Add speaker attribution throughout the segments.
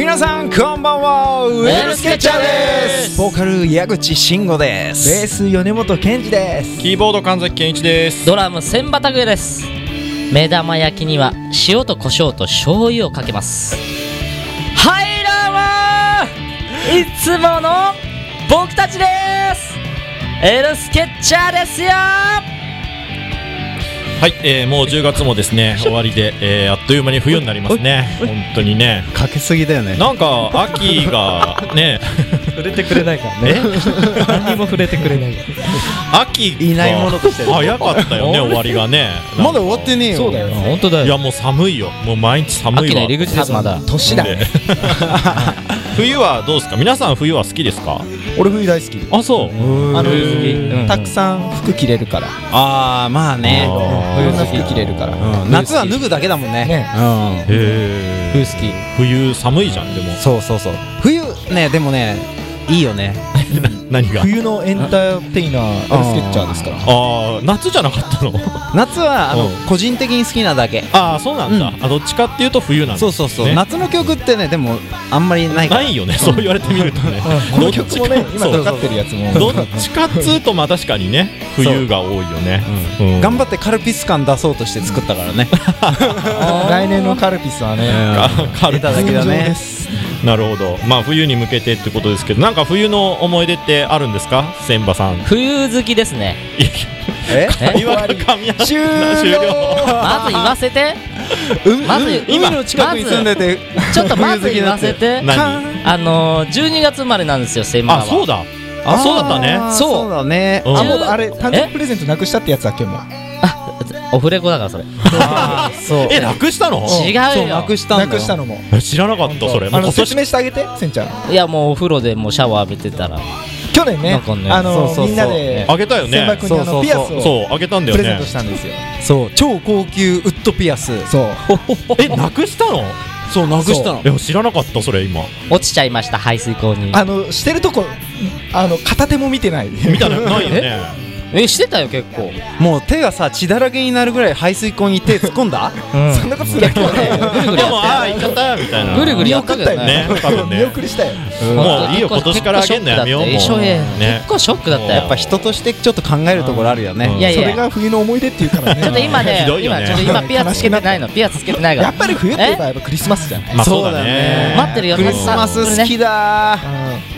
Speaker 1: こんばんはウ
Speaker 2: ェルスケッチャーです
Speaker 1: ボーカル矢口慎吾で
Speaker 3: ベー
Speaker 1: す
Speaker 3: ス米本健二です
Speaker 2: キーボード神崎健一です
Speaker 4: ドラム千葉拓也です目玉焼きには塩と胡椒と醤油をかけますはいどうもーいつもの僕たちですエルスケッチャーですよ
Speaker 2: はい、えー、もう10月もですね終わりで、えー、あっという間に冬になりますね本当にね
Speaker 3: かけすぎだよね
Speaker 2: なんか秋がね
Speaker 5: 触れてくれないからね何にも触れてくれないか
Speaker 2: 秋が
Speaker 3: いないものとして
Speaker 2: 早かったよね終わりがね
Speaker 3: まだ終わってねえ
Speaker 5: ら
Speaker 3: よ
Speaker 5: そうだよ
Speaker 4: あ本当だ
Speaker 2: いやもう寒いよもう毎日寒いわ
Speaker 4: 秋の入り口ですまだ
Speaker 3: 年だね
Speaker 2: で冬はどうですか皆さん冬は好きですか
Speaker 3: 俺冬大好き
Speaker 2: あそう
Speaker 3: あの
Speaker 4: うん
Speaker 3: たくさん服着れるから
Speaker 1: ああまあね
Speaker 2: あ
Speaker 3: いろんな服着れるから
Speaker 1: うん夏は脱ぐだけだもんね
Speaker 4: ね
Speaker 3: うん
Speaker 2: ーへ
Speaker 4: 冬
Speaker 2: え
Speaker 4: 好き
Speaker 2: 冬寒いじゃんでも
Speaker 1: そうそうそう冬ねでもねいいよね
Speaker 2: 何が
Speaker 3: 冬のエンターテイナーエルスケッチャー ですから
Speaker 2: あー夏じゃなかったの
Speaker 1: 夏はあの
Speaker 2: うん
Speaker 1: 個人的に好きなだけ
Speaker 2: ああそうなんだ、あどっちかっていうと冬なんだ
Speaker 1: そうそうそう
Speaker 2: ね
Speaker 1: 夏の曲ってねでもあんまりないから
Speaker 2: ないよね、そう言われてみるとね。どっち
Speaker 3: もう
Speaker 2: か
Speaker 3: ね今
Speaker 2: そう
Speaker 3: かかってるやつも
Speaker 2: どっちかっつうと、まあ確かにね、冬が多いよね。
Speaker 1: 頑張
Speaker 2: 張
Speaker 1: ってカルピス感出そうとして作ったから ね
Speaker 3: 来年のカルピスはね
Speaker 2: 軽
Speaker 1: 出ただけだね
Speaker 2: なるほど、まあ冬に向けてってことですけど、なんか冬の思い出ってあるんですか、千葉さん。
Speaker 4: 冬好きですね
Speaker 1: え
Speaker 2: 会話が噛み合って
Speaker 1: 終
Speaker 2: な終了。
Speaker 1: 了
Speaker 4: まず言わせ て
Speaker 1: 海
Speaker 4: まず
Speaker 1: 海海の近くに住んでて
Speaker 4: ちょっとまず言わせ て
Speaker 2: 何？
Speaker 4: あのー、12月生まれなんですよ千葉は
Speaker 2: あ、そうだ。あ、そうだったね。
Speaker 1: そうそうだね
Speaker 2: うん
Speaker 3: あもうあれ誕生日プレゼントなくしたってやつだっけもう
Speaker 4: オフレコだ からそれ
Speaker 1: そう
Speaker 2: え、なくしたの？
Speaker 4: 違
Speaker 1: そう
Speaker 4: う
Speaker 1: な
Speaker 4: よ
Speaker 1: くしたんだ
Speaker 3: な
Speaker 1: よ
Speaker 3: くしたのも
Speaker 2: え知らなかったそれ。もう今
Speaker 3: あの
Speaker 2: 年
Speaker 3: 説明してあげてせんちゃん
Speaker 4: いやもうお風呂でもうシャワー浴びてたら
Speaker 3: 去年
Speaker 4: な
Speaker 3: ね
Speaker 4: んかね
Speaker 3: あの
Speaker 1: そうそうそう
Speaker 3: みんなで
Speaker 2: あげたよ
Speaker 3: 千葉
Speaker 2: ね。
Speaker 3: 君に
Speaker 1: そうそう
Speaker 3: あ
Speaker 1: そう
Speaker 3: のピアスを
Speaker 2: そう、あげたんだ
Speaker 3: プ
Speaker 2: よ
Speaker 3: レゼン
Speaker 2: ね
Speaker 3: ト。したんですよ
Speaker 1: そう超高級ウッドピアス
Speaker 3: そう
Speaker 2: え、なくしたの？
Speaker 1: そうなくしたの
Speaker 2: いや、知らなかったそれ今。
Speaker 4: 落ちちゃいました排水溝に
Speaker 3: あのしてるとこあの片手も見てない
Speaker 2: 見たのないよね。
Speaker 4: えしてたよ結構
Speaker 1: もう手がさ血だらけになるぐらい排水溝に手突っ込んだ
Speaker 4: うん
Speaker 3: そんなことするわけ ない
Speaker 4: ぐるぐ
Speaker 2: い
Speaker 4: る
Speaker 2: やもうあ
Speaker 4: や
Speaker 2: あ行っちゃったみたいな。
Speaker 4: ぐるぐる
Speaker 3: 見
Speaker 4: やったけ
Speaker 3: 送っ
Speaker 4: ど
Speaker 3: たよ
Speaker 4: ね
Speaker 3: ね
Speaker 2: ね多分ね
Speaker 3: 見送りしたよ
Speaker 4: うん
Speaker 2: もういいよ今年からあげんのやめようもう
Speaker 4: 結構ショックだったよ
Speaker 2: ね
Speaker 4: 結構ショックだった
Speaker 2: も
Speaker 1: や
Speaker 4: よ
Speaker 1: っぱ人としてちょっと考えるところあるよ
Speaker 2: うん
Speaker 1: ね
Speaker 4: いやい
Speaker 3: それ
Speaker 4: や
Speaker 3: が冬の思い出っていうからね
Speaker 4: ちょっと今ね
Speaker 2: ひどいよ
Speaker 4: 今
Speaker 2: ね
Speaker 4: ちょっと今ピアスつけてないのピアスつけてないか
Speaker 3: や
Speaker 4: ら
Speaker 3: っぱり冬って言えばやっぱクリスマスじゃん
Speaker 2: まあそうだね。
Speaker 4: 待ってるよ
Speaker 1: クリスマス好きだー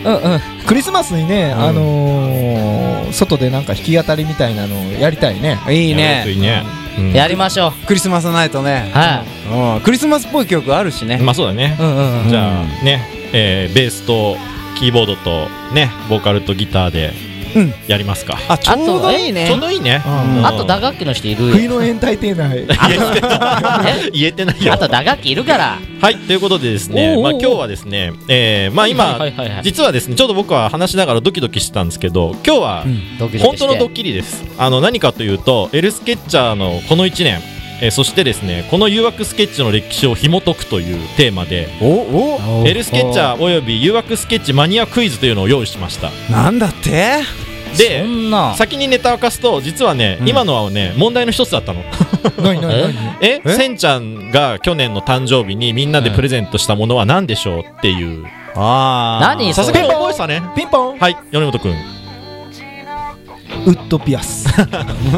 Speaker 4: うんうん
Speaker 3: クリスマスにね、
Speaker 2: ん
Speaker 3: あのー、外でなんか弾き語りみたいなのをやりたいね
Speaker 1: いい
Speaker 2: い
Speaker 1: ね
Speaker 2: いね。うん
Speaker 4: やりましょう
Speaker 1: クリスマスナイトね
Speaker 4: は
Speaker 1: うんクリスマスっぽい曲あるしね
Speaker 2: まあそうだね
Speaker 4: い。うんうんうん
Speaker 2: じゃあね、えーベースとキーボードとね、ボーカルとギターで
Speaker 1: うん
Speaker 2: やりますか。
Speaker 1: あちょうどいい
Speaker 2: ちょう
Speaker 1: ね
Speaker 2: どいいね。
Speaker 3: うん
Speaker 2: うん
Speaker 4: あと打楽器の人いる
Speaker 3: 冬
Speaker 4: よ
Speaker 3: のエンターテイナー
Speaker 2: 言えてない
Speaker 4: え
Speaker 2: 言えてないよ
Speaker 4: あ。と打楽器いるから
Speaker 2: はいということでです
Speaker 4: お
Speaker 2: ね、
Speaker 4: うおうおう
Speaker 2: まあ今日はですね、えーまあ今
Speaker 4: はいはいはいはい
Speaker 2: 実はですね、ちょっと僕は話しながらドキドキしてたんですけど、今日は
Speaker 1: うん
Speaker 4: ドキド
Speaker 2: 本
Speaker 4: キして
Speaker 2: 当のドッキリですあの何かというとエルスケッチャーのこの1年、えーそしてですねこの誘惑スケッチの歴史を紐解くというテーマで
Speaker 1: おお
Speaker 2: エルスケッチャーおよび誘惑スケッチマニアクイズというのを用意しました
Speaker 1: なんだって
Speaker 4: そ
Speaker 2: で
Speaker 4: んな
Speaker 2: 先にネタを明かすと実はね、
Speaker 1: うん
Speaker 2: 今のはね問題の一つだったの
Speaker 3: でなになになに
Speaker 2: え
Speaker 1: え
Speaker 2: せんちゃんが去年の誕生日にみんなでプレゼントしたものは何でしょうっていう
Speaker 1: あー
Speaker 4: 何
Speaker 2: 早速
Speaker 4: それ
Speaker 2: 覚えてたね
Speaker 3: ピンポン
Speaker 2: はい米本君
Speaker 3: ウッドピアス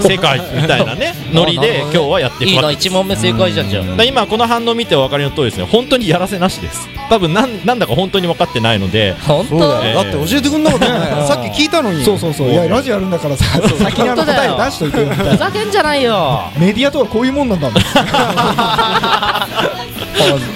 Speaker 2: 正解みたいなねノリで今日はやっていくわけです
Speaker 4: いいな一問目正解じゃんじゃん
Speaker 2: だから今この反応見てお分かりの通りですね本当にやらせなしです多分なんなんだか本当に分かってないので
Speaker 4: 本当
Speaker 1: そうだ
Speaker 2: え
Speaker 1: よだって教えてくんなかったよねさっき聞いたのに
Speaker 3: そうそうそういやラジオやるんだからさ先にあの
Speaker 4: 本当だ
Speaker 3: 答
Speaker 4: よ
Speaker 3: え出しといてよみた
Speaker 4: ふ
Speaker 3: いな
Speaker 4: ざけんじゃないよ
Speaker 3: メディアとはこういうもんなんだもん
Speaker 4: 本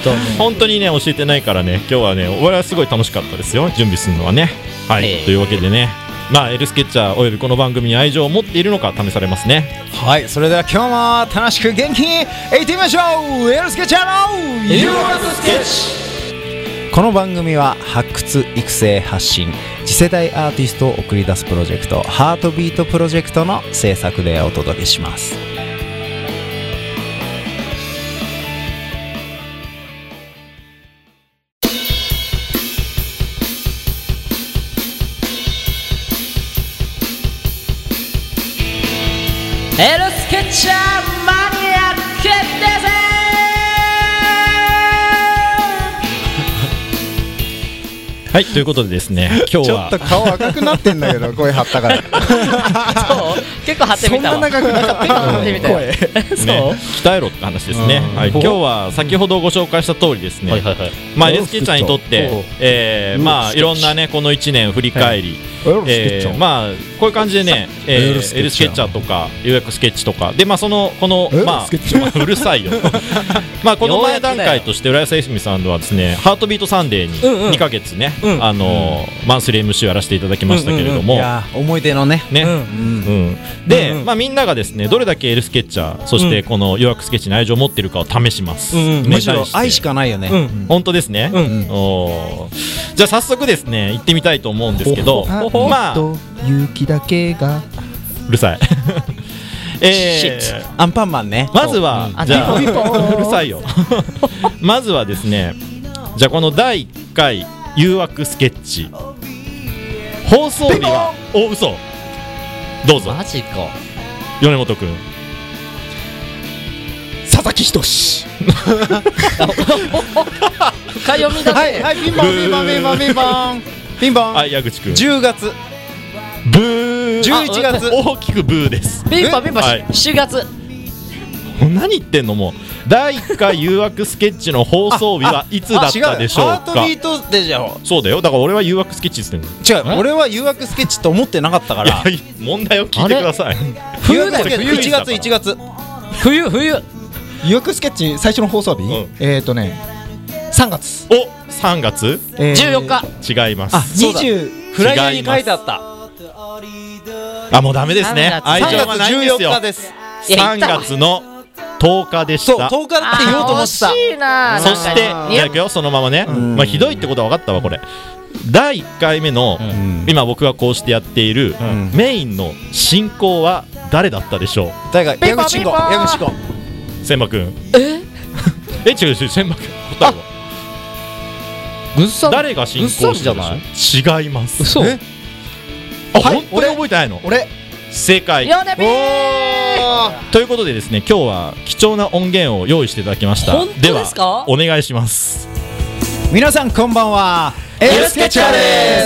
Speaker 4: 当に
Speaker 2: 本当にね教えてないからね今日はね俺はすごい楽しかったですよ準備するのはねはい、
Speaker 4: ええ
Speaker 2: というわけでねまあエルスケッチャーおよびこの番組に愛情を持っているのか試されますね
Speaker 1: はいそれでは今日も楽しく元気にいってみましょうエルスケチャーの
Speaker 4: スケッチ
Speaker 1: この番組は発掘育成発信次世代アーティストを送り出すプロジェクト「ハートビートプロジェクト」の制作でお届けします
Speaker 4: エルスケッチャーマニア決定戦
Speaker 2: はいということでですね今日
Speaker 1: ちょっ
Speaker 2: は
Speaker 1: と顔赤くなってんだ けど声張ったから
Speaker 4: そう結構張って
Speaker 1: そ
Speaker 4: み
Speaker 1: ん
Speaker 4: た
Speaker 1: な
Speaker 4: わ
Speaker 1: 長くなかっ
Speaker 4: 結構張 ってみた
Speaker 1: た
Speaker 4: よ
Speaker 1: 声
Speaker 2: ね
Speaker 4: そう
Speaker 2: 鍛えろって話ですね
Speaker 1: うん
Speaker 2: はい今日は先ほどご紹介した通りですね
Speaker 5: はいはいはい。
Speaker 2: まあ、LSK ちゃんにとって
Speaker 5: おう、
Speaker 2: えーまあ、いろんなね、この1年振り返り、えーまあ、こういう感じでね、えー
Speaker 1: エルスケッチャー
Speaker 2: L スケッチャーとか、予約スケッチとか、で、まあ、その、この
Speaker 3: エル、
Speaker 2: ま
Speaker 3: スケッチャ
Speaker 2: あ、 うる さいよ。まあ、この
Speaker 4: ようや
Speaker 2: 前
Speaker 4: くだよ
Speaker 2: 段階として、浦安泉さんはですね、ハートビートサンデーに
Speaker 4: うんうん
Speaker 2: 2ヶ月ね、
Speaker 4: うん
Speaker 2: あのー、マンスリー MC やらせていただきましたけれども、
Speaker 1: いやー思い出のね
Speaker 2: ね、
Speaker 4: うん
Speaker 1: うん
Speaker 2: うんで、
Speaker 4: うんうん
Speaker 2: まあ、みんながですねどれだけエルスケッチャーそしてこの予約スケッチに愛情を持ってるかを試します、
Speaker 4: うんうん
Speaker 2: ね
Speaker 1: むしろ愛しかないよね、
Speaker 4: うん
Speaker 2: 本当ですね、
Speaker 4: うん
Speaker 2: おーじゃあ早速ですね行ってみたいと思うんですけど
Speaker 3: ほほ
Speaker 2: まあう
Speaker 3: と勇気だけが
Speaker 2: るさ いえ
Speaker 1: シッ
Speaker 2: ー
Speaker 1: トアンパンマンね
Speaker 2: まずは
Speaker 4: あ
Speaker 2: じゃあ
Speaker 4: ピンポンピンポン
Speaker 2: うるさいよまずはですねじゃあこの第1回誘惑スケッチ放送日はお嘘どうぞ
Speaker 4: マジか
Speaker 2: 米本君
Speaker 3: 佐々木仁
Speaker 4: 深読みだ
Speaker 1: は
Speaker 4: ね
Speaker 1: いはいピンポンピンポンピンポンピンポンピンポン
Speaker 2: はい矢口君
Speaker 1: 10月
Speaker 2: ブー
Speaker 1: 11月
Speaker 2: 大きくブーです
Speaker 4: ピンポンピンポン
Speaker 2: はい
Speaker 4: 7月
Speaker 2: もう何言ってんのもう第1回誘惑スケッチの放送日はいつだったでしょう
Speaker 1: ハート
Speaker 2: か
Speaker 1: ビートでじゃん
Speaker 2: そうだよだから俺は誘惑スケッチっつってんの
Speaker 1: 違う俺は誘惑スケッチと思ってなかったか
Speaker 2: いや
Speaker 1: ら
Speaker 2: 問題を聞いてください
Speaker 1: 誘惑スケッチ
Speaker 2: 冬です
Speaker 1: 1月1月
Speaker 4: 冬冬
Speaker 3: 予約スケッチ最初の放送日、
Speaker 2: ん
Speaker 3: えっ、ー、とね3月、
Speaker 2: お3月
Speaker 3: えー
Speaker 4: 14日
Speaker 2: 違います
Speaker 1: あ
Speaker 2: あ
Speaker 1: そうだ
Speaker 3: 20
Speaker 1: フライヤーに書いてあった
Speaker 2: もうダメです
Speaker 4: 3
Speaker 2: ね愛
Speaker 1: 3
Speaker 2: 情
Speaker 1: 月
Speaker 2: はないんですよ
Speaker 1: 14日です
Speaker 4: いや言
Speaker 2: 3
Speaker 4: ったわ
Speaker 2: 月の10日でし
Speaker 1: そう
Speaker 2: た
Speaker 1: 10日って言おうと思ってた
Speaker 4: あー惜しいな
Speaker 2: そしてじゃ
Speaker 4: いや
Speaker 2: あいくよそのままね
Speaker 1: ん
Speaker 2: まあひどいってことは分かったわこれ第1回目の
Speaker 1: ん
Speaker 2: 今僕がこうしてやっている
Speaker 1: ん
Speaker 2: メインの進行は誰だったでしょ
Speaker 1: 誰か
Speaker 4: ピン
Speaker 1: 矢
Speaker 4: ポン
Speaker 1: 口
Speaker 4: ピ
Speaker 1: 慎
Speaker 4: ンポ
Speaker 1: 吾
Speaker 4: ン
Speaker 1: 矢口慎吾
Speaker 2: う千葉君ええ違う違う千葉君答えは
Speaker 5: ぐっさん
Speaker 2: 誰が進行してるでしょ
Speaker 5: うっさん
Speaker 2: 違います
Speaker 5: 嘘
Speaker 1: え
Speaker 2: あ
Speaker 3: はい
Speaker 2: 本当に覚えてないの
Speaker 3: 俺
Speaker 2: 正解
Speaker 4: ヨネピ
Speaker 2: ということでですね今日は貴重な音源を用意していただきました
Speaker 4: 本当ですか
Speaker 2: はお願いします
Speaker 1: 皆さんこんばんはエルスケッチャー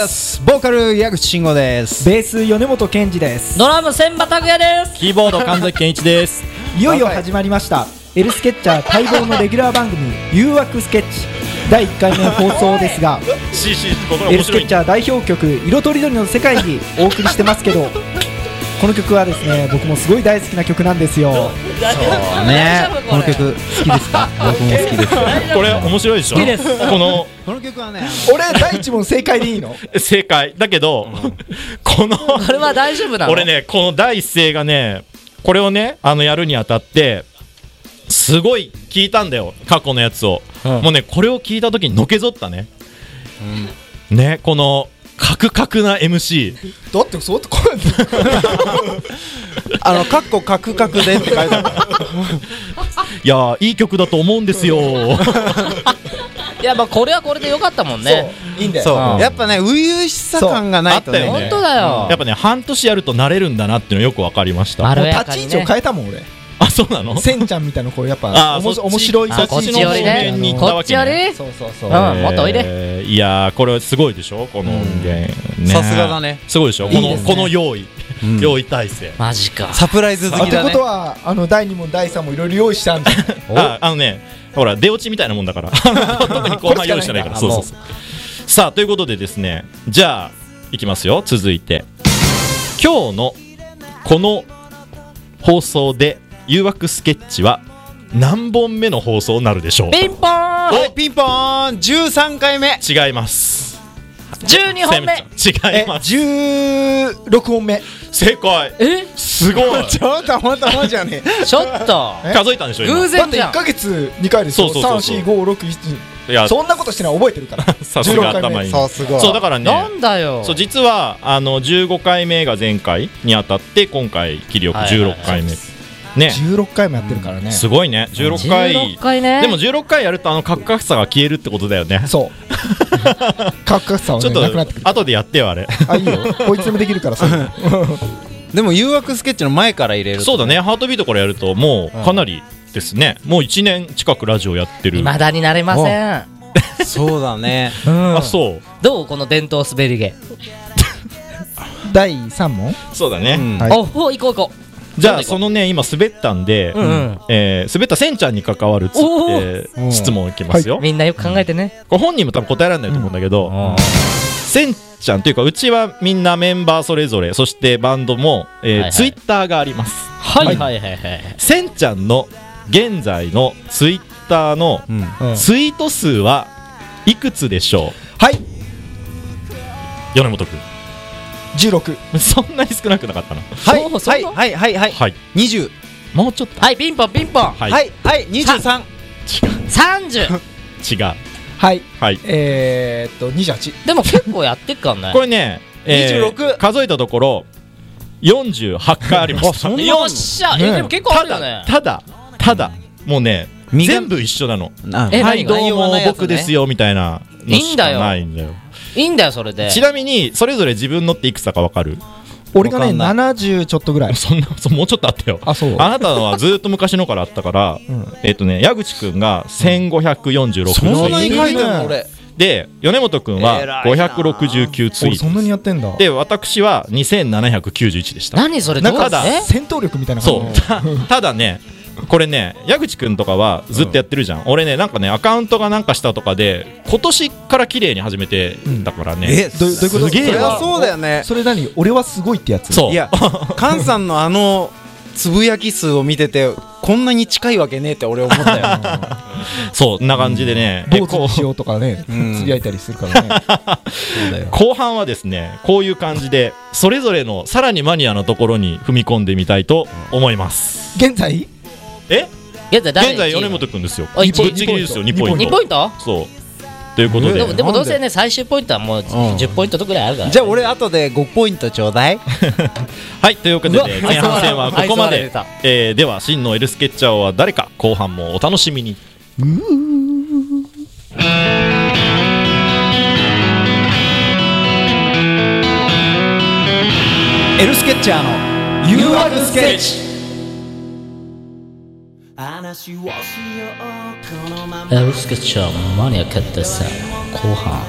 Speaker 1: ですボーカル矢口慎吾です
Speaker 6: ベース米本健二です
Speaker 4: ドラム千葉拓也です
Speaker 2: キーボード 神崎健一です
Speaker 6: いよいよ始まりましたエルスケッチャー待望のレギュラー番組「誘惑スケッチ」第1回目放送です が
Speaker 2: ししここが
Speaker 6: エル
Speaker 2: 面
Speaker 6: スケ
Speaker 2: 白い
Speaker 6: ッチャー代表曲「色とりどりの世界」にお送りしてますけどこの曲はですね僕もすごい大好きな曲なんですよ
Speaker 1: ねこの曲好きですか僕も好きです
Speaker 2: これ面白いでしょ
Speaker 4: 好きです
Speaker 2: この
Speaker 1: この曲はね
Speaker 3: 俺第一問正解でい いの
Speaker 2: 正解だけど、 この
Speaker 4: これは大丈夫なの
Speaker 2: 俺ねこの第一声がねこれをねあのやるにあたってすごい聞いたんだよ過去のやつを、もうねこれを聞いた時にのけぞったね、ねこのカクカクな MC
Speaker 3: だってそうってこうやって
Speaker 1: あのカッコカクカクでって書いてある
Speaker 2: いやーいい曲だと思うんですよ
Speaker 4: いやまあこれはこれでよかったもんね
Speaker 3: いいんだよ
Speaker 1: そう
Speaker 2: うん
Speaker 1: やっぱね初々しさ感がないと
Speaker 2: そうあったよ
Speaker 1: ね
Speaker 2: ね
Speaker 4: 本当だよ
Speaker 2: やっぱね半年やると慣れるんだなっていうのよくわかりました
Speaker 4: ま
Speaker 2: あ
Speaker 4: る
Speaker 3: もう
Speaker 4: や
Speaker 3: 立
Speaker 4: か
Speaker 3: ち
Speaker 4: に
Speaker 3: 位置を
Speaker 4: ね
Speaker 3: 変えたもん俺
Speaker 2: そうなの
Speaker 3: せんちゃんみたいなこうやっ
Speaker 2: あ
Speaker 3: ぱおも
Speaker 2: そっち
Speaker 3: 面白い
Speaker 2: あ
Speaker 4: こっちより
Speaker 3: そっち
Speaker 4: ね
Speaker 3: に
Speaker 4: こっちよ
Speaker 2: 行
Speaker 4: り
Speaker 3: そうそうそう
Speaker 4: うんもっとおいで
Speaker 2: えーいやーこれすごいでしょこの音源ね
Speaker 1: さすがだね
Speaker 2: すごいでしょこの
Speaker 3: いいですね
Speaker 2: この用意、
Speaker 1: ん
Speaker 2: 用意体制
Speaker 4: マジか
Speaker 1: サプライズ
Speaker 3: あ
Speaker 1: 好
Speaker 3: っ
Speaker 1: き
Speaker 3: て
Speaker 1: だ
Speaker 3: こ
Speaker 1: ね
Speaker 3: とはあの第二問第三問いろいろ用意したんだ
Speaker 2: ああのねほら出落ちみたいなもんだから特に後半用意してないからそうそうそうさあということでですねじゃあいきますよ続いて今日のこの放送で誘惑スケッチは何本目の放送になるでしょう
Speaker 4: ピンポーン
Speaker 1: はいピンポーン13回目
Speaker 2: 違います
Speaker 4: 12本目
Speaker 2: セミちゃん違
Speaker 3: え
Speaker 2: います
Speaker 3: 16問目
Speaker 2: 正解
Speaker 4: え
Speaker 2: すごい
Speaker 3: ょっとまたまじゃねえ
Speaker 4: ちょっと
Speaker 3: え
Speaker 2: 数えたんでしょ
Speaker 4: 偶
Speaker 2: 今
Speaker 3: だっ
Speaker 4: 然
Speaker 3: て
Speaker 4: じゃ
Speaker 3: 1
Speaker 4: ん
Speaker 3: ヶ月2回ですよ
Speaker 2: そうそうそうそう
Speaker 3: 34561
Speaker 2: いや
Speaker 3: そんなことしてない覚えてるから
Speaker 2: さすが
Speaker 3: 16
Speaker 2: 頭
Speaker 3: 回
Speaker 2: いい
Speaker 3: 目
Speaker 2: そ
Speaker 1: そうすごいう
Speaker 2: だから
Speaker 4: な
Speaker 2: ね
Speaker 4: んだよ
Speaker 2: そう実はあの15回目が前回にあたって今回切りよく
Speaker 4: はいはいはい
Speaker 2: 16回目ね
Speaker 3: 16回もやってるからね
Speaker 2: すごいね16回
Speaker 4: 16回ね
Speaker 2: でも16回やるとあのカクカクさが消えるってことだよね
Speaker 3: そうカクカクさは
Speaker 2: ちょ
Speaker 3: ね
Speaker 2: っ
Speaker 3: なくなって
Speaker 2: と
Speaker 3: くる
Speaker 2: 後でやってよあれ
Speaker 3: あいいよ こいつでもできるからさ
Speaker 1: でも誘惑スケッチの前から入れると
Speaker 2: そうだねハートビートからやるともうかなりですねもう1年近くラジオやってる
Speaker 4: 未だになれません
Speaker 1: そうだね
Speaker 3: うん
Speaker 2: あそ
Speaker 4: どうこの伝統滑り芸
Speaker 3: 第3問
Speaker 2: うそうだね、
Speaker 1: うん
Speaker 3: はい
Speaker 4: おお行こう行こ
Speaker 2: じゃあそのね今滑ったんで、
Speaker 4: うんうん
Speaker 2: えー滑ったせんちゃんに関わるつ、え
Speaker 4: おー
Speaker 2: ー質問いきますよ、
Speaker 4: うみんなよく考えてね
Speaker 2: これ本人も多分答えられないと思うんだけど、せんちゃんというかうちはみんなメンバーそれぞれそしてバンドも、えー
Speaker 4: はいはい
Speaker 2: ツイッターがあります
Speaker 4: はいはいはいはいはい
Speaker 2: せんちゃんの現在のツイッターの
Speaker 1: うん
Speaker 3: うん
Speaker 2: ツイート数はいくつでしょう
Speaker 3: はい
Speaker 2: 米本
Speaker 3: 16
Speaker 2: 君そんなに少なくなかったな
Speaker 1: はい
Speaker 4: そうそ
Speaker 1: は
Speaker 4: う
Speaker 1: いはいはいはい
Speaker 2: はい
Speaker 1: 20
Speaker 2: もうちょっと
Speaker 4: はいピンポンピンポン
Speaker 2: は
Speaker 1: はいはい23
Speaker 4: 30
Speaker 2: 違う
Speaker 3: はい
Speaker 2: はい
Speaker 3: えー、っと28
Speaker 4: でも結構やってっからね
Speaker 2: これね、
Speaker 1: 26
Speaker 2: 数えたところ48回ありました
Speaker 4: よっしゃ
Speaker 3: ね
Speaker 4: え
Speaker 3: え
Speaker 4: でも結構あ
Speaker 2: た
Speaker 4: るよね
Speaker 2: だ ただただもうね
Speaker 1: 身が
Speaker 2: 全部一緒なの
Speaker 1: な
Speaker 4: え
Speaker 2: は
Speaker 4: 何
Speaker 2: い
Speaker 4: が
Speaker 2: どう
Speaker 4: 言わ
Speaker 2: も
Speaker 4: ないやつね
Speaker 2: 僕ですよみたいなのしかないんだよ
Speaker 4: いいんだよそれで
Speaker 2: ちなみにそれぞれ自分のっていくつだかわかる
Speaker 3: 俺がね
Speaker 1: わか
Speaker 3: 70ちょっとぐらい
Speaker 2: そんな そもうちょっとあったよ
Speaker 3: あそう
Speaker 2: あなたのはずっと昔のからあったから、
Speaker 3: ん
Speaker 2: えっとね矢口くんが1546
Speaker 1: そんな
Speaker 2: ツイ
Speaker 1: に
Speaker 2: ー
Speaker 1: 書いてん
Speaker 3: う
Speaker 1: の
Speaker 3: ん
Speaker 1: 俺
Speaker 2: トで米本くんは569ツイ
Speaker 3: 俺
Speaker 2: ー
Speaker 3: そんな
Speaker 2: ト
Speaker 3: にやってんだ
Speaker 2: で私は2791でした
Speaker 4: 何それど
Speaker 3: なん
Speaker 4: う
Speaker 3: か
Speaker 2: だ
Speaker 4: え
Speaker 3: 戦闘力みたいな
Speaker 2: そ
Speaker 3: 感
Speaker 2: う
Speaker 3: じ
Speaker 2: たただねこれね矢口くんとかはずっとやってるじゃん、俺ねなんかねアカウントがなんかしたとかで今年から綺麗に始めてだからね、
Speaker 1: え
Speaker 3: どういうどういうこと
Speaker 2: すげえ
Speaker 1: そり
Speaker 2: わ
Speaker 1: ゃそうだよね
Speaker 3: それ何俺はすごいってやつ
Speaker 2: そう
Speaker 1: いや菅さんのあのつぶやき数を見ててこんなに近いわけねえって俺思ったよ
Speaker 2: そうそんな感じでね、え
Speaker 3: 坊主
Speaker 2: こ
Speaker 3: にしようとかね
Speaker 1: うん
Speaker 3: つぶやいたりするからね
Speaker 2: 後半はですねこういう感じでそれぞれのさらにマニアのところに踏み込んでみたいと思います、
Speaker 3: 現在
Speaker 2: え
Speaker 4: 現在誰
Speaker 2: 現在米本くんですよぶ
Speaker 4: あ
Speaker 2: っ
Speaker 4: 一位
Speaker 2: ちぎりですよ2
Speaker 3: 二
Speaker 2: ポ
Speaker 3: ポ
Speaker 2: イ
Speaker 3: イ
Speaker 2: ン
Speaker 3: ン
Speaker 2: ト
Speaker 4: 2ポイント
Speaker 2: そうということで、
Speaker 4: でもでも
Speaker 1: な
Speaker 4: ど
Speaker 1: んで
Speaker 4: うせね最終ポイントはもう10ポイントとくらいあるから
Speaker 1: じゃあ俺後で5ポイントちょうだい
Speaker 2: はいというこ
Speaker 4: う
Speaker 2: と
Speaker 4: わ
Speaker 2: で前半戦はここま
Speaker 4: 愛
Speaker 2: で
Speaker 4: 想笑い
Speaker 2: えーでは真のエルスケッチャーは誰か後半もお楽しみに
Speaker 1: エルスケッチャーの
Speaker 3: UR スケッチ
Speaker 4: エルスケッチャーマニア決定戦後半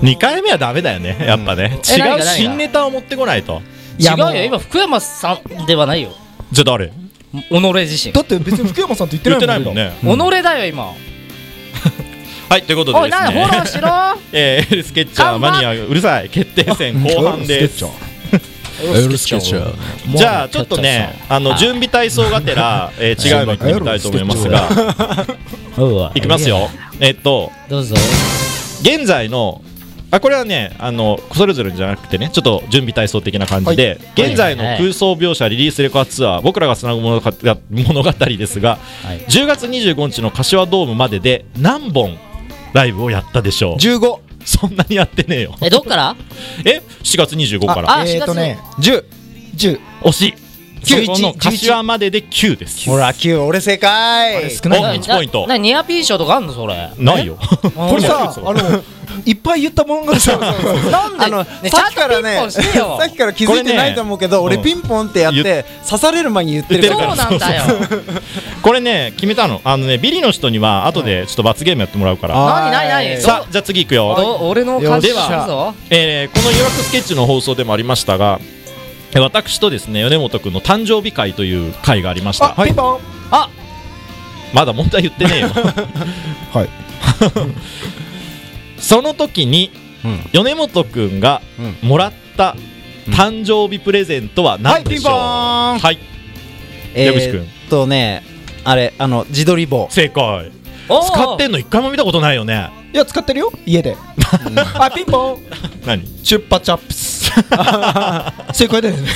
Speaker 2: 2回目はダメだよねやっぱね、
Speaker 4: え何
Speaker 2: 違
Speaker 4: が何
Speaker 2: う
Speaker 4: が
Speaker 2: 新ネタを持ってこないと
Speaker 3: いやもう
Speaker 4: 違うよ今福山さんではないよ
Speaker 2: じゃあ誰
Speaker 4: 己自身
Speaker 3: だって別に福山さんと言って
Speaker 2: 言ってな
Speaker 3: な
Speaker 2: い
Speaker 3: い
Speaker 2: も
Speaker 3: も
Speaker 2: ん
Speaker 3: ん
Speaker 2: ね
Speaker 4: 己だよ今
Speaker 2: はいということで
Speaker 4: お
Speaker 2: で
Speaker 4: いなん
Speaker 2: す
Speaker 4: だフォロー
Speaker 2: ね
Speaker 4: しろ
Speaker 2: えーエルスケッチャー
Speaker 4: 看板
Speaker 2: マニアうるさい決定戦後半です
Speaker 1: エルスケッチャー
Speaker 2: じゃあちょっとねあの準備体操がてら、えー違うのいってみたいと思いますがいきますよえっと
Speaker 4: どうぞ
Speaker 2: 現在のあこれはねあのそれぞれじゃなくてねちょっと準備体操的な感じで、
Speaker 4: はい
Speaker 2: 現在の空想描写リリースレコアツアー僕らがつなぐ物語物語ですが、
Speaker 4: はい
Speaker 2: 10月25日の柏ドームまでで何本ライブをやったでしょう
Speaker 1: 15
Speaker 2: そんなにやってねえよ
Speaker 4: えどっから
Speaker 2: え4月25日から
Speaker 4: あ
Speaker 3: えっとね
Speaker 1: 10
Speaker 3: 10
Speaker 2: 惜しい
Speaker 1: 9
Speaker 2: そこの
Speaker 1: 11
Speaker 2: 柏までで9です
Speaker 1: ほら9俺正解
Speaker 3: 少ない
Speaker 2: あ
Speaker 3: な
Speaker 2: 1ポイント
Speaker 4: ななニアピン賞とかあんのそれ
Speaker 2: ない よ
Speaker 3: これさあのいっぱい言ったもんがさ
Speaker 4: なんで
Speaker 1: あの
Speaker 4: ねち
Speaker 1: さ
Speaker 4: ゃ
Speaker 1: っ
Speaker 4: ん
Speaker 1: き
Speaker 4: と
Speaker 1: から
Speaker 4: ピンポ
Speaker 1: ね
Speaker 4: ン
Speaker 1: さ
Speaker 4: してよ
Speaker 1: っきから気づいてないと思うけど
Speaker 2: これ
Speaker 1: 俺
Speaker 2: ね
Speaker 1: ピンポンってやっ
Speaker 2: うん
Speaker 1: て刺される前に言ってる
Speaker 2: 言
Speaker 1: から
Speaker 2: って
Speaker 4: そうなん だよ
Speaker 2: これね決めたのあのねビリの人には後でちょっと罰ゲームやってもらうから、
Speaker 4: 何何何
Speaker 2: さあじゃあ次行くよ
Speaker 4: ど俺の感じだぞ
Speaker 2: えーこの誘惑スケッチの放送でもありましたがえー私とですね米本君の誕生日会という会がありました
Speaker 3: あピンポン
Speaker 4: あ
Speaker 2: まだ問題言ってねえよ
Speaker 3: はい
Speaker 2: その時に、米本君がもらった誕生日プレゼントは何でしょう、
Speaker 1: は
Speaker 2: はいい、
Speaker 1: え
Speaker 2: 矢口くん
Speaker 1: ーっとねあれあの自撮り棒
Speaker 2: 正解
Speaker 4: おー
Speaker 2: 使ってんの一回も見たことないよね
Speaker 3: いや使ってるよ家であピンポン
Speaker 2: 何
Speaker 3: チュッパチャップス正解だよね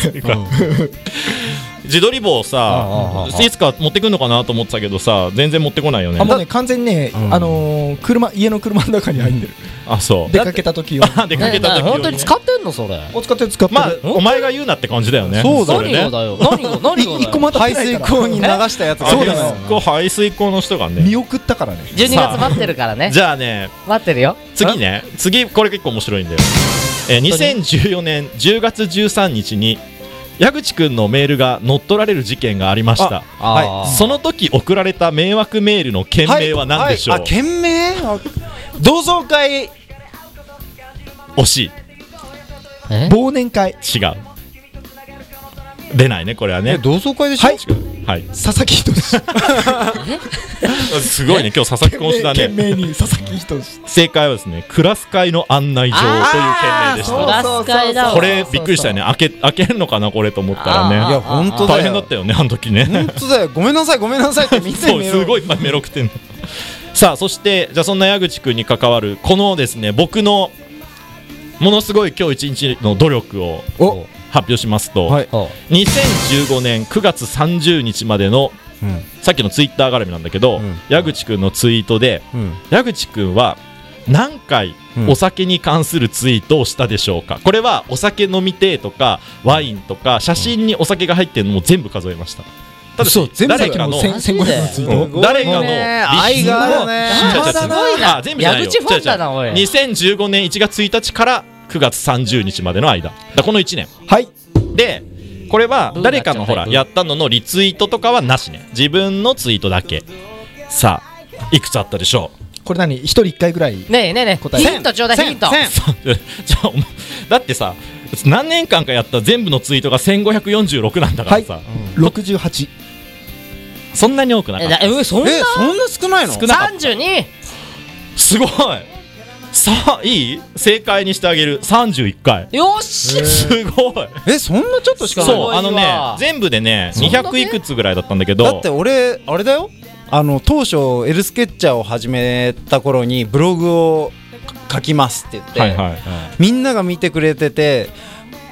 Speaker 2: 自撮り棒さいつか持ってくんのかなと思ってたけどさ全然持ってこないよね
Speaker 3: あもうね完全にね
Speaker 1: ん
Speaker 3: あのー車家の車の中に入ってる
Speaker 2: あそう
Speaker 3: 出かけた時よ
Speaker 2: 出かけた
Speaker 4: ね
Speaker 2: 時
Speaker 4: ね
Speaker 2: 用に
Speaker 4: 本当に使ってんのそれ
Speaker 3: お使ってる使ってる
Speaker 2: まあお前が言うなって感じだよね
Speaker 1: そうだ
Speaker 2: れ
Speaker 4: 何
Speaker 2: ね
Speaker 4: がだよ何が何が
Speaker 3: い一個
Speaker 4: だよ
Speaker 3: も当たっ
Speaker 1: 排
Speaker 3: てな
Speaker 1: 水
Speaker 3: いから
Speaker 1: 口に流したやつが
Speaker 2: そ
Speaker 3: そうう
Speaker 2: だ
Speaker 3: だ
Speaker 2: よ
Speaker 3: よ
Speaker 2: 排水口の人がね
Speaker 3: 見送ったからね
Speaker 4: 12月待ってるからね
Speaker 2: じゃあね
Speaker 4: 待ってるよ
Speaker 2: 次ね次これ結構面白いんだよ、えー、2014年10月13日に矢口くんのメールが乗っ取られる事件がありました
Speaker 1: は
Speaker 2: その時送られた迷惑メールの件名は何でしょう、
Speaker 1: はいはいあ件名あ同窓会
Speaker 2: 惜しい
Speaker 4: え
Speaker 3: 忘年会
Speaker 2: 違う出ないねこれはね
Speaker 1: 同窓会でし
Speaker 2: はい、はい、
Speaker 3: 佐々木仁志
Speaker 2: すごいね今日佐々木講師だ
Speaker 3: 懸
Speaker 2: ね
Speaker 3: 命に佐々木仁志
Speaker 2: 正解はですねクラス会の案内状という件名でし
Speaker 4: ク
Speaker 2: た
Speaker 4: ラス会だわ
Speaker 2: これびっくりしたよね開け開けるのかなこれと思った
Speaker 4: あ
Speaker 2: ら
Speaker 1: い
Speaker 2: ね
Speaker 1: や本当だよ
Speaker 2: 大変だったよねあの時ね
Speaker 1: 本当だよごめんなさいごめんなさいってみんな
Speaker 2: そ
Speaker 1: に
Speaker 2: う
Speaker 1: メール
Speaker 2: すごいいっぱいメロくてんのさあそしてじゃあそんな矢口君に関わるこのですね僕のものすごい今日一日の努力を
Speaker 1: お
Speaker 2: 発表しますと、
Speaker 1: はい
Speaker 4: お
Speaker 2: 2015年9月30日までの
Speaker 1: うん
Speaker 2: さっきのツイッター絡みなんだけど、
Speaker 1: うん
Speaker 2: 矢口君のツイートで
Speaker 1: うん
Speaker 2: 矢口君は何回
Speaker 1: うん
Speaker 2: お酒に関するツイートをしたでしょうか、これはお酒飲みてえとかワインとか写真にお酒が入ってるのも全部数えましたただ
Speaker 1: 嘘
Speaker 2: し
Speaker 1: 全部数え
Speaker 2: 誰かの
Speaker 4: マジで
Speaker 3: 1500のツイート
Speaker 2: うん誰かの
Speaker 1: 愛があるね
Speaker 2: 違う違う違う
Speaker 4: すごいな
Speaker 2: あ全部じゃないよ
Speaker 4: 矢口ファンだなおい
Speaker 2: 違う違う2015年1月1日から9月30日までの間だからこの1年
Speaker 3: はい
Speaker 2: でこれは
Speaker 4: ブー
Speaker 2: 誰かのほら
Speaker 4: にな
Speaker 2: やったののリツイートとかはなしね自分のツイートだけさあいくつあったでしょう
Speaker 3: これ何一人一回ぐらい
Speaker 4: ねえねえねえ
Speaker 3: 答え
Speaker 4: ヒントちょうだいヒント
Speaker 2: そうじゃあお前だってさ何年間かやった全部のツイートが1546なんだからさ、
Speaker 3: 68
Speaker 2: そんなに多くなか
Speaker 4: え
Speaker 2: った
Speaker 4: だえそんな
Speaker 1: えそんな少ないの
Speaker 2: 少なかった
Speaker 4: 32
Speaker 2: すごいさあいい正解にしてあげる31回
Speaker 4: よっし
Speaker 2: すごい
Speaker 1: えそんなちょっとしかない
Speaker 2: そうあのね全部で
Speaker 4: ん
Speaker 2: ね
Speaker 4: なね
Speaker 2: 200いくつぐらいだったんだけど
Speaker 1: だって俺あれだよあの当初エルスケッチャーを始めた頃にブログを書きますって言って、
Speaker 2: はいはい、
Speaker 1: みんなが見てくれてて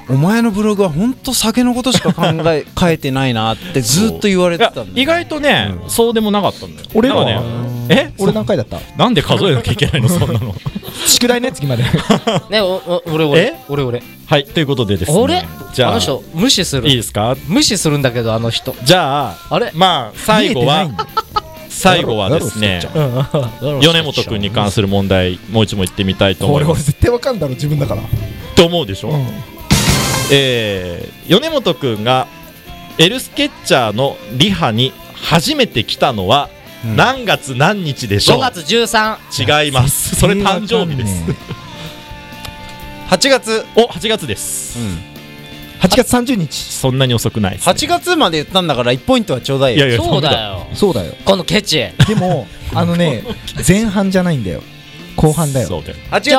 Speaker 1: お前のブログは本当酒のことしか考 え書いてないなってずっと言われてたんだよ
Speaker 2: いや意外とね、
Speaker 1: う
Speaker 2: そうでもなかったんだよ
Speaker 3: 俺は
Speaker 2: なんかねえ
Speaker 3: 俺何回だった
Speaker 2: なんで数えなきゃいけないのそんなの
Speaker 3: 宿題ね次 まで
Speaker 4: ゃねおお俺俺
Speaker 2: え
Speaker 4: 俺俺
Speaker 2: はいということでですね
Speaker 4: 俺
Speaker 2: じゃあ
Speaker 4: あの人無視す
Speaker 2: いいで
Speaker 4: る
Speaker 2: すか
Speaker 4: 無視するんだけどあの人
Speaker 2: じゃあ
Speaker 4: あれ
Speaker 2: まあ最後は最後はです ね米本君に関する問題もう一問言ってみたいと思い
Speaker 3: 俺俺
Speaker 2: ます
Speaker 3: 絶対わかんだろ自分だから
Speaker 2: と思うでしょ、
Speaker 3: うん
Speaker 2: えー米本君がエルスケッチャーのリハに初めて来たのは
Speaker 1: うん
Speaker 2: 何月何日でしょう、
Speaker 4: 5月13
Speaker 2: 違いますそれ誕生日です
Speaker 1: 8月、
Speaker 2: お8月です、
Speaker 3: 8月30日
Speaker 2: そんなに遅くないです、ね、
Speaker 1: 8月まで言ったんだから1ポイントはちょうだいよ
Speaker 2: いやいや
Speaker 4: そうだよ
Speaker 3: そうだよ
Speaker 4: このケチ
Speaker 3: で もあのね前半じゃないんだよ後半だよ
Speaker 2: そうだよ
Speaker 1: 8月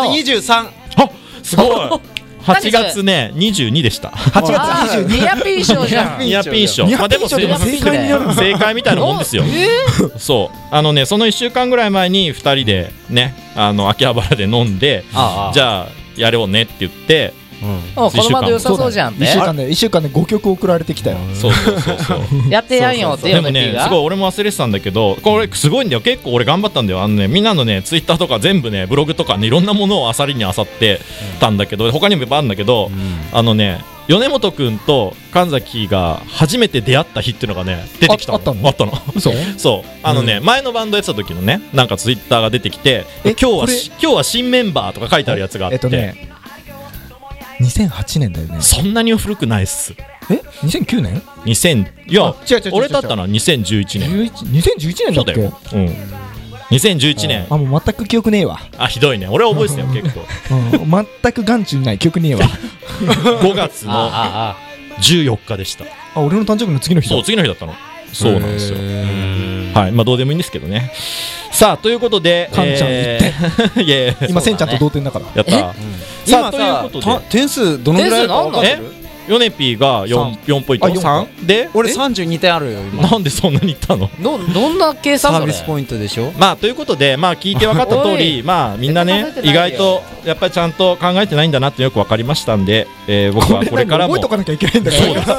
Speaker 1: 23
Speaker 2: あすごい
Speaker 4: 何
Speaker 2: 8
Speaker 4: それ
Speaker 2: 月ね22でした
Speaker 3: 8月
Speaker 4: あー
Speaker 3: 22
Speaker 4: ニアピン賞じゃん
Speaker 2: ニアピン賞
Speaker 3: ニ
Speaker 2: まあ
Speaker 3: ア
Speaker 2: で
Speaker 3: ピン
Speaker 2: も
Speaker 3: 賞
Speaker 2: 正
Speaker 3: でも
Speaker 2: 解
Speaker 3: 正解になる
Speaker 2: 正解みたいなもんですよ
Speaker 4: お え
Speaker 2: そうあのねその1週間ぐらい前に2人でねあの秋葉原で飲んで
Speaker 4: あ
Speaker 2: じゃあやろうねって言って
Speaker 4: あうんこのバンド良さそうじゃんっ
Speaker 3: 1週
Speaker 4: て
Speaker 3: 間で一週間で5曲送られてきたよ
Speaker 2: そうそうそう そう
Speaker 4: やってやんよって
Speaker 2: で
Speaker 4: よ
Speaker 2: も
Speaker 4: ね P
Speaker 2: ね
Speaker 4: が
Speaker 2: すごい俺も忘れてたんだけどこれすごいんだよ結構俺頑張ったんだよあのねみんなのねツイッターとか全部ねブログとかねいろんなものをあさりにあさってたんだけど他にもいっぱいあるんだけどあのね米本君と神崎が初めて出会った日っていうのがね出てきたの
Speaker 3: ああったの
Speaker 2: あったの
Speaker 3: 嘘
Speaker 2: そうあのね、前のバンドやってた時のねなんかツイッターが出てきて
Speaker 3: え
Speaker 2: 今日は
Speaker 3: これ
Speaker 2: し今日は新メンバーとか書いてあるやつがあって、
Speaker 3: えっとね2008年だよね
Speaker 2: そんなに古くないっす
Speaker 3: え2009年
Speaker 2: 2000いや
Speaker 3: あ違う違う違う違う
Speaker 2: 俺だったのは2011年
Speaker 3: 11 2011年だ
Speaker 2: そう
Speaker 3: っ
Speaker 2: だ
Speaker 3: け
Speaker 2: よ、うん、2011年
Speaker 3: あもう全く記憶ねえわ
Speaker 2: あひどいね俺は覚え てたよ結構
Speaker 3: うん全く眼中にない記憶ねえ わ
Speaker 2: 5月
Speaker 4: あ
Speaker 2: の
Speaker 4: あ
Speaker 2: 14日でした
Speaker 3: あ俺の誕生日の次の日だ
Speaker 2: そう次の日だったのそうなんですよはいまあどうでもいいんですけどねさあということで
Speaker 3: カンちゃん
Speaker 2: えー いやいや
Speaker 3: 今
Speaker 4: そうだね
Speaker 3: せんちゃんと同点だから
Speaker 2: やったさあ
Speaker 1: 今
Speaker 2: とい
Speaker 1: さ
Speaker 2: うこと
Speaker 1: た
Speaker 2: で
Speaker 1: 点数どのぐらいか分かって
Speaker 2: え
Speaker 1: る
Speaker 2: ヨネピーが 4, 四ポイント
Speaker 3: あ四か
Speaker 2: 3で
Speaker 1: 俺32点あるよ今
Speaker 2: なんでそんなにいったの
Speaker 4: あどどんな計
Speaker 1: サ
Speaker 4: 算
Speaker 1: ー
Speaker 4: そ
Speaker 1: ビ
Speaker 4: れ
Speaker 1: スポイントでしょ
Speaker 2: まあということでまあ聞いて分かった通
Speaker 4: お
Speaker 2: りまあみんなね
Speaker 4: 絶対数え
Speaker 2: 意
Speaker 4: てない
Speaker 2: 外
Speaker 4: よ
Speaker 2: とやっぱりちゃんと考えてないんだなってよく分かりましたんで、 えー僕はこれからも
Speaker 3: 覚えとかなきゃいけないんだから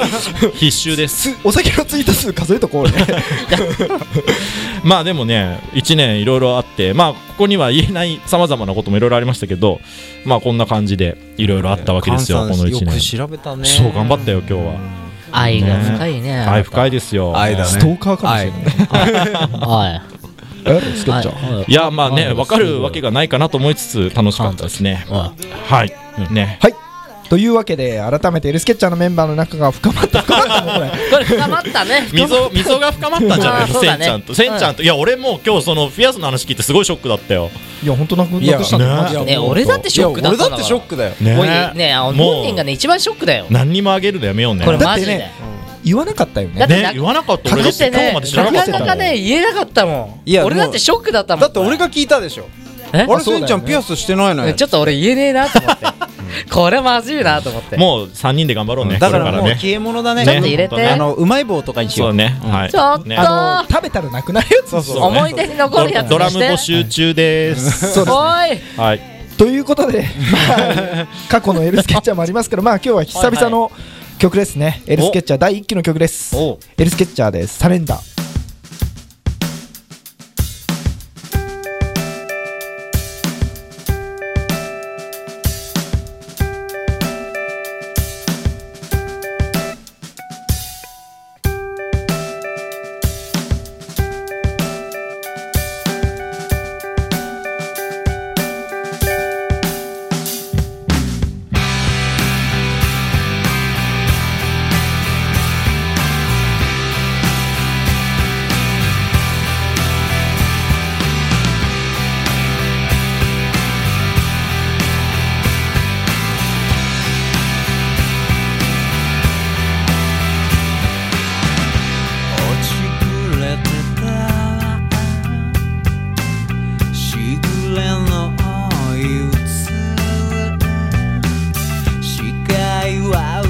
Speaker 2: 必修です
Speaker 3: すお酒のついた数数えとこうね
Speaker 2: まあでもね1年いろいろあってまあここには言えないさまざまなこともいろいろありましたけどまあこんな感じでいろいろあったわけですよこ
Speaker 1: 換算
Speaker 2: の1
Speaker 1: よく
Speaker 2: 年
Speaker 1: 調べたね
Speaker 2: そう頑張ったよ今日は
Speaker 4: 愛が深いね
Speaker 2: はい深いですよ
Speaker 1: 愛だね
Speaker 3: ストーカーかもしれない
Speaker 4: おい
Speaker 3: えスケッチャー
Speaker 4: はい
Speaker 2: やまあね
Speaker 4: はい
Speaker 2: 分かるわけがないかなと思いつつ楽しかったですね
Speaker 4: は
Speaker 2: はいね
Speaker 3: はいというわけで改めてエルスケッチャーのメンバーの仲が深まった深まったもんこれ
Speaker 4: これ深まったね
Speaker 2: 溝溝が深まったんじゃない
Speaker 4: あー
Speaker 2: の、
Speaker 4: そう
Speaker 2: せ
Speaker 4: だ
Speaker 2: ん
Speaker 4: ね
Speaker 2: ちゃんとせんちゃんといや俺もう今日そのフィアスの話聞いてすごいショックだったよ
Speaker 3: いや本当なく
Speaker 1: いや
Speaker 3: なくしたんだマジで
Speaker 4: ね俺だってショックだったん
Speaker 1: いや俺だ
Speaker 4: だから
Speaker 1: ってショックだよ
Speaker 4: おいねあの
Speaker 2: もう
Speaker 4: 本人がね一番ショックだよ
Speaker 2: 何にもあげるのやめようね
Speaker 4: これ
Speaker 3: だ
Speaker 4: マ
Speaker 3: っ
Speaker 4: ジ
Speaker 3: て
Speaker 4: で
Speaker 3: ね言わなかったよ
Speaker 4: だ
Speaker 3: ね
Speaker 4: って
Speaker 2: ね言わなかった俺だ
Speaker 4: 隠
Speaker 2: っ
Speaker 4: して
Speaker 2: て今日
Speaker 4: ね
Speaker 2: まで知ら
Speaker 4: な
Speaker 2: なかっ
Speaker 4: か
Speaker 2: た
Speaker 4: な
Speaker 2: もん
Speaker 4: かね言えなかったもん
Speaker 1: いや
Speaker 4: 俺だってショックだったもん
Speaker 1: だって俺が聞いたでしょ
Speaker 4: え
Speaker 1: あれ
Speaker 3: あそうだ
Speaker 1: せ
Speaker 3: よ
Speaker 1: ん
Speaker 3: ね
Speaker 1: ちゃんピアスしてないのよ
Speaker 4: ちょっと俺言えねえなと思ってこれまずいなと思って
Speaker 2: もう3人で頑張ろうね、
Speaker 1: だから
Speaker 2: これ
Speaker 1: もう
Speaker 2: ね
Speaker 1: 消え物だね
Speaker 2: ちょっと入
Speaker 4: れて
Speaker 1: あのうまい棒とかにし
Speaker 2: そ
Speaker 1: よ
Speaker 2: う
Speaker 1: う
Speaker 2: ね、はい
Speaker 4: ちょっと
Speaker 2: ね
Speaker 3: あの食べたらなくなるやつ
Speaker 1: そうそう
Speaker 2: そうね
Speaker 4: 思い出に残るやつにして
Speaker 2: ドラム募集中です、
Speaker 3: そうですね
Speaker 4: おい
Speaker 2: はい
Speaker 3: ということで、まあ過去のエルスケッチャーもありますけど、まあ今日は久々の曲ですね。エルスケッチャー第1期の曲です。
Speaker 2: お
Speaker 3: エルスケッチャーでサレンダー。
Speaker 7: 落ちくれてたしぐれの多い器視界は動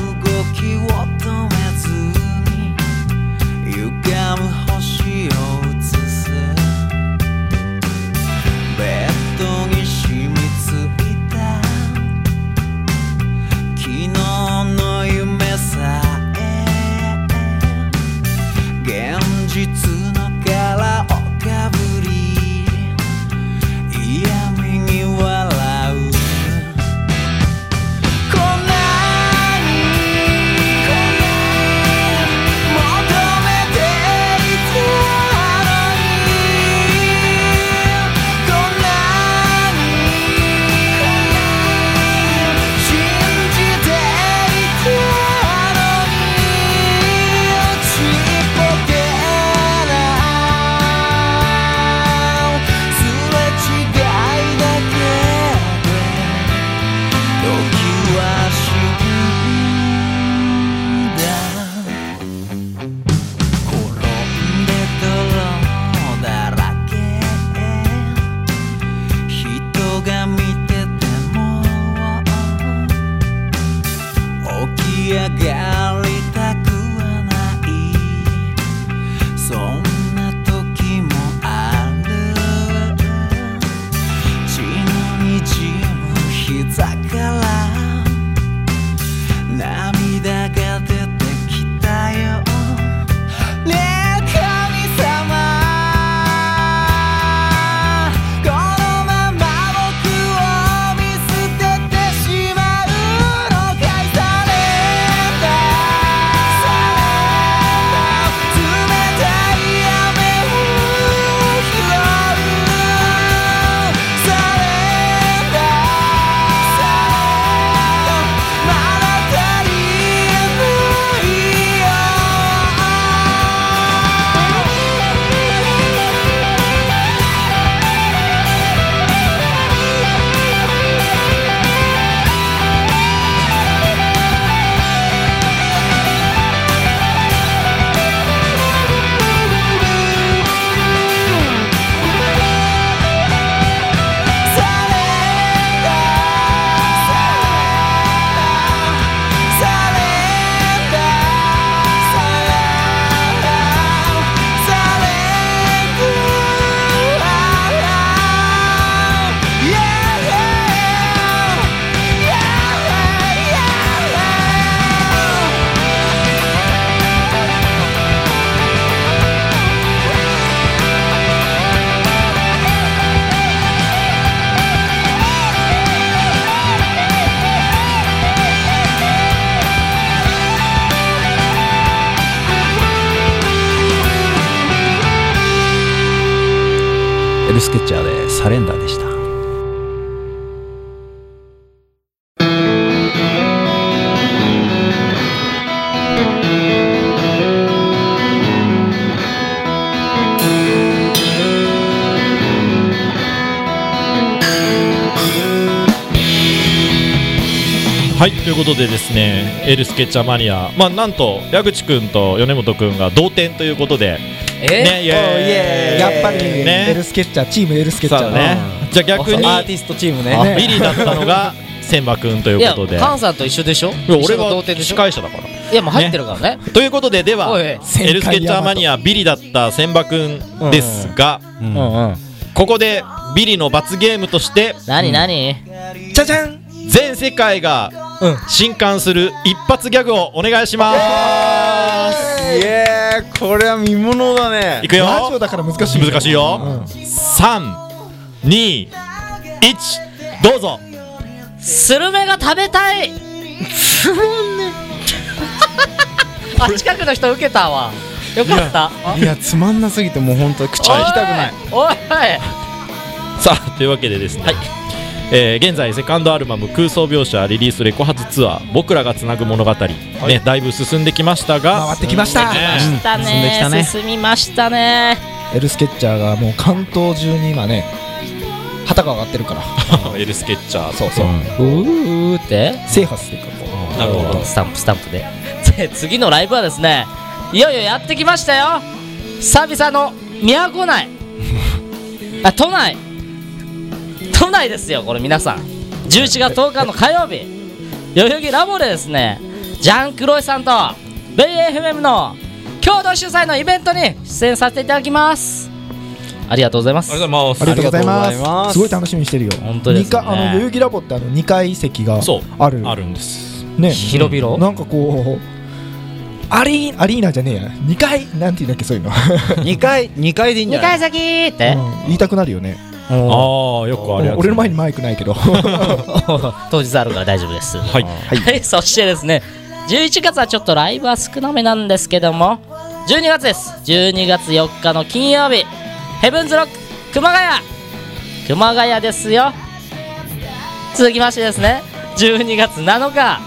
Speaker 7: きを止めずに歪む星を映すベッドに染みついた昨日の夢さえ現実の殻をかぶり嫌味に笑うこんなにこんなに求めていたのにこんなに信じていたのにちっぽけなすれ違いだけで時は死んだ転んで泥だらけ人が見てても起き上がりたくはないそんな時もある血のにじむ膝から涙が出てきたよねえ神様このまま僕を見捨ててしまうのかいされた冷たい雨を拾うされた「されたまだ足りないよ」「されたされたまだ足りないよ」
Speaker 1: エルスケッチャーでサレンダーでした
Speaker 2: はいということでですねエルスケッチャーマニアまあなんと矢口くんと米本くんが同点ということで
Speaker 4: え
Speaker 2: ねイエーイ
Speaker 3: やっぱりエル
Speaker 2: ね
Speaker 3: スケッチャーチームエルスケッチ
Speaker 2: そ
Speaker 3: ャ
Speaker 2: う
Speaker 3: ー
Speaker 2: だねじゃあ逆に
Speaker 1: アーティストチームね
Speaker 2: あビリだったのが千葉くんとい
Speaker 4: いうや
Speaker 2: ことで
Speaker 4: カンさんと一緒でしょ
Speaker 2: いや俺
Speaker 4: 一緒の
Speaker 2: は
Speaker 4: 同点でし
Speaker 2: 司
Speaker 4: ょ
Speaker 2: 会者だから
Speaker 4: いやもう入ってるからね
Speaker 2: ということででは
Speaker 4: おい
Speaker 2: エルスケッチャーマニアビリだった千葉くんですが、
Speaker 1: うん
Speaker 2: ここでビリの罰ゲームとして
Speaker 4: 何何
Speaker 3: じゃじゃん
Speaker 2: 全世界が震撼する一発ギャグをお願いします
Speaker 1: イエーイこれは見ものだね
Speaker 2: いくよ
Speaker 3: ラジオだから難しい
Speaker 2: 難しいよ、三二一どうぞ
Speaker 4: スルメが食べたい あ近くの人受けたわよかった
Speaker 1: いやつまんなすぎてもう本当口聞きたくない
Speaker 4: おい
Speaker 2: さあというわけでですね、えー現在セカンドアルバム「空想描写」リリースレコ発ツアー「僕らがつなぐ物語、ね」だいぶ進んできましたが
Speaker 3: 回ってきました
Speaker 2: ね
Speaker 4: 来た
Speaker 1: 進んできたね
Speaker 4: ね進みましたね
Speaker 3: エルスケッチャーがもう関東中に今ね旗が上がってるから
Speaker 2: エルスケッチャー
Speaker 3: そうそう、
Speaker 4: うーって
Speaker 3: 制覇していくか
Speaker 2: な
Speaker 3: ら
Speaker 2: るほど
Speaker 4: スタンプスタンプで で次のライブはですねいよいよやってきましたよ久々の都内 あ都内都内ですよこれ皆さん11月10日の火曜日代々木ラボでですねジャン・クロイさんと VFM の共同主催のイベントに出演させていただきますありがとうございます
Speaker 2: うご
Speaker 3: ありがとうございます
Speaker 1: ありがとうございます
Speaker 3: すごい楽しみにしてるよ
Speaker 4: 本当ですね
Speaker 3: 二階あの代々木ラボってあの2階席が
Speaker 2: そう
Speaker 3: ある
Speaker 2: あるんです
Speaker 3: ね
Speaker 4: 広々
Speaker 3: なんかこうアリーアリーナじゃねえや2階なんていうんだっけそういうの、
Speaker 1: 2回二回でいいんじ
Speaker 4: 2
Speaker 1: ゃない
Speaker 4: 階先ーって、
Speaker 3: うん言いたくなるよね
Speaker 2: ああよくあれ
Speaker 3: 俺の前にマイクない けどは
Speaker 4: 当日あるから大丈夫です
Speaker 2: はい
Speaker 4: はい、そしてですね、11月はちょっとライブは少なめなんですけども、12月です。12月4日の金曜日、ヘブンズロック熊谷熊谷ですよ。続きましてですね、12月7日、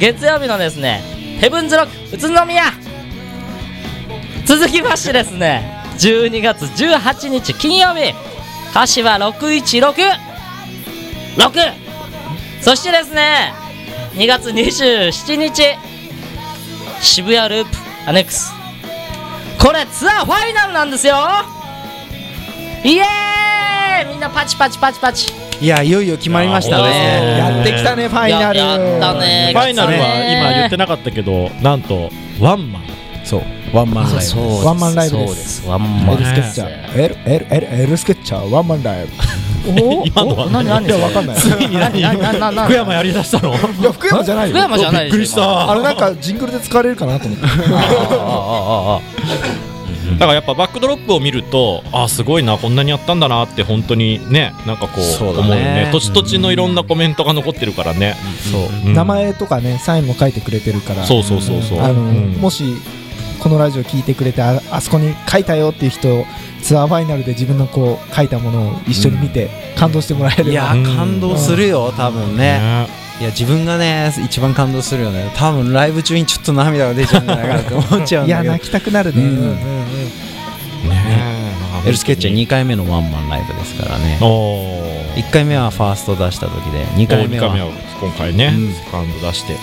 Speaker 4: 月曜日のですね、ヘブンズロック宇都宮続きましてですね、12月18日金曜日、柏6166そしてですね、2月27日渋谷ループアネックスこれツアーファイナルなんですよイエーイみんなパチパチパチパチ
Speaker 1: いやいよいよ決まりました
Speaker 2: い
Speaker 1: ね
Speaker 2: やー
Speaker 3: やってきたねファイナル
Speaker 4: ややったね
Speaker 2: ファイナルは
Speaker 4: ね
Speaker 2: 今言ってなかったけどなんとワンマン
Speaker 1: そうワンマンライブです
Speaker 4: そうです
Speaker 3: ワンマンライブです
Speaker 4: そうですワンマ
Speaker 3: エ
Speaker 4: ン
Speaker 3: ルス
Speaker 4: ラ
Speaker 3: ケ
Speaker 4: イ
Speaker 3: ッチャーエルエルエルエルスケッチャーワンマンラ イブ おー
Speaker 2: 今のは
Speaker 4: ブ何何
Speaker 3: いやわかんない
Speaker 2: ついに何福山やりだしたの
Speaker 3: いや福山じゃない
Speaker 4: 福
Speaker 3: よ
Speaker 4: 山じゃない
Speaker 2: びっくりし
Speaker 4: あ
Speaker 2: た
Speaker 3: あれなんかジングルで使われるかなと思って
Speaker 4: あああ
Speaker 2: だからやっぱバックドロップを見るとあすごいなこんなにやったんだなって本当にねなんかこう
Speaker 1: そうだ
Speaker 2: 思
Speaker 1: ね
Speaker 2: うよね土地土地のいろんなコメントが残ってるからね
Speaker 1: そう
Speaker 2: うん
Speaker 3: 名前とかねサインも書いてくれてるから
Speaker 2: そうそうそうそう
Speaker 3: あの
Speaker 2: うん
Speaker 3: もしこのラジオ聞いてくれてああそこに書いたよっていう人ツアーファイナルで自分のこう書いたものを一緒に見て感動してもらえる
Speaker 1: いや
Speaker 2: うん
Speaker 1: ー感動するよ多分ね
Speaker 2: ね
Speaker 1: いや自分がね一番感動するよね多分ライブ中にちょっと涙が出ちゃうんじゃないかなって思っちゃうん
Speaker 3: いや
Speaker 1: だけど
Speaker 3: 泣きたくなるね、
Speaker 1: うんうん
Speaker 2: ね
Speaker 1: エルスケッチャー2回目のワンマンライブですからね
Speaker 2: おー
Speaker 1: 1回目はファースト出した時で2回目
Speaker 2: 二
Speaker 1: は
Speaker 2: 今回ね、
Speaker 1: うん
Speaker 2: セカンド出してこ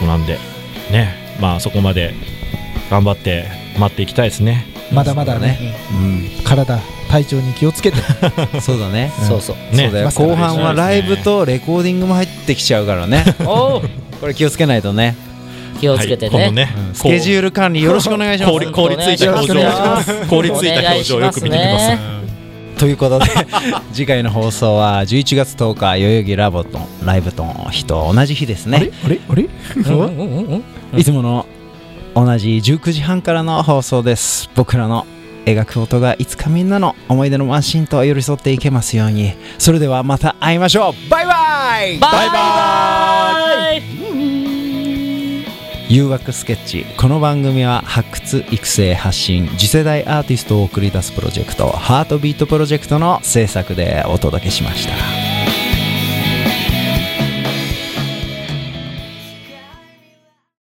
Speaker 2: となんでねまあそこまで頑張って待っていきたいですね
Speaker 3: まだまだね
Speaker 1: う
Speaker 3: 体体調に気をつけて
Speaker 1: んそうだね
Speaker 3: ん
Speaker 4: そうそ
Speaker 1: そ
Speaker 4: う
Speaker 1: うだよ
Speaker 2: ね
Speaker 1: 後半はライブとレコーディングも入ってきちゃうからね
Speaker 4: おう
Speaker 1: これ気をつけないとね
Speaker 4: 気をつけて
Speaker 2: はいこの
Speaker 4: ね
Speaker 2: ね、
Speaker 1: スケジュール管理よろしくお願いします
Speaker 2: 凍り凍りつい
Speaker 4: よ
Speaker 2: た表
Speaker 4: ろしくお願いしま
Speaker 2: 情凍りついた表情をよく見てきます
Speaker 4: お願いし
Speaker 1: ということで 次回の放送は11月10日代々木ラボとライブと日と同じ日ですね
Speaker 3: あれあれ
Speaker 4: うんうんうんうん
Speaker 1: いつもの同じ19時半からの放送です僕らの描く音がいつかみんなの思い出のワンシーンと寄り添っていけますようにそれではまた会いましょうバイバイ
Speaker 4: バイバイ
Speaker 1: 誘惑スケッチこの番組は発掘育成発信次世代アーティストを送り出すプロジェクトハートビートプロジェクトの制作でお届けしました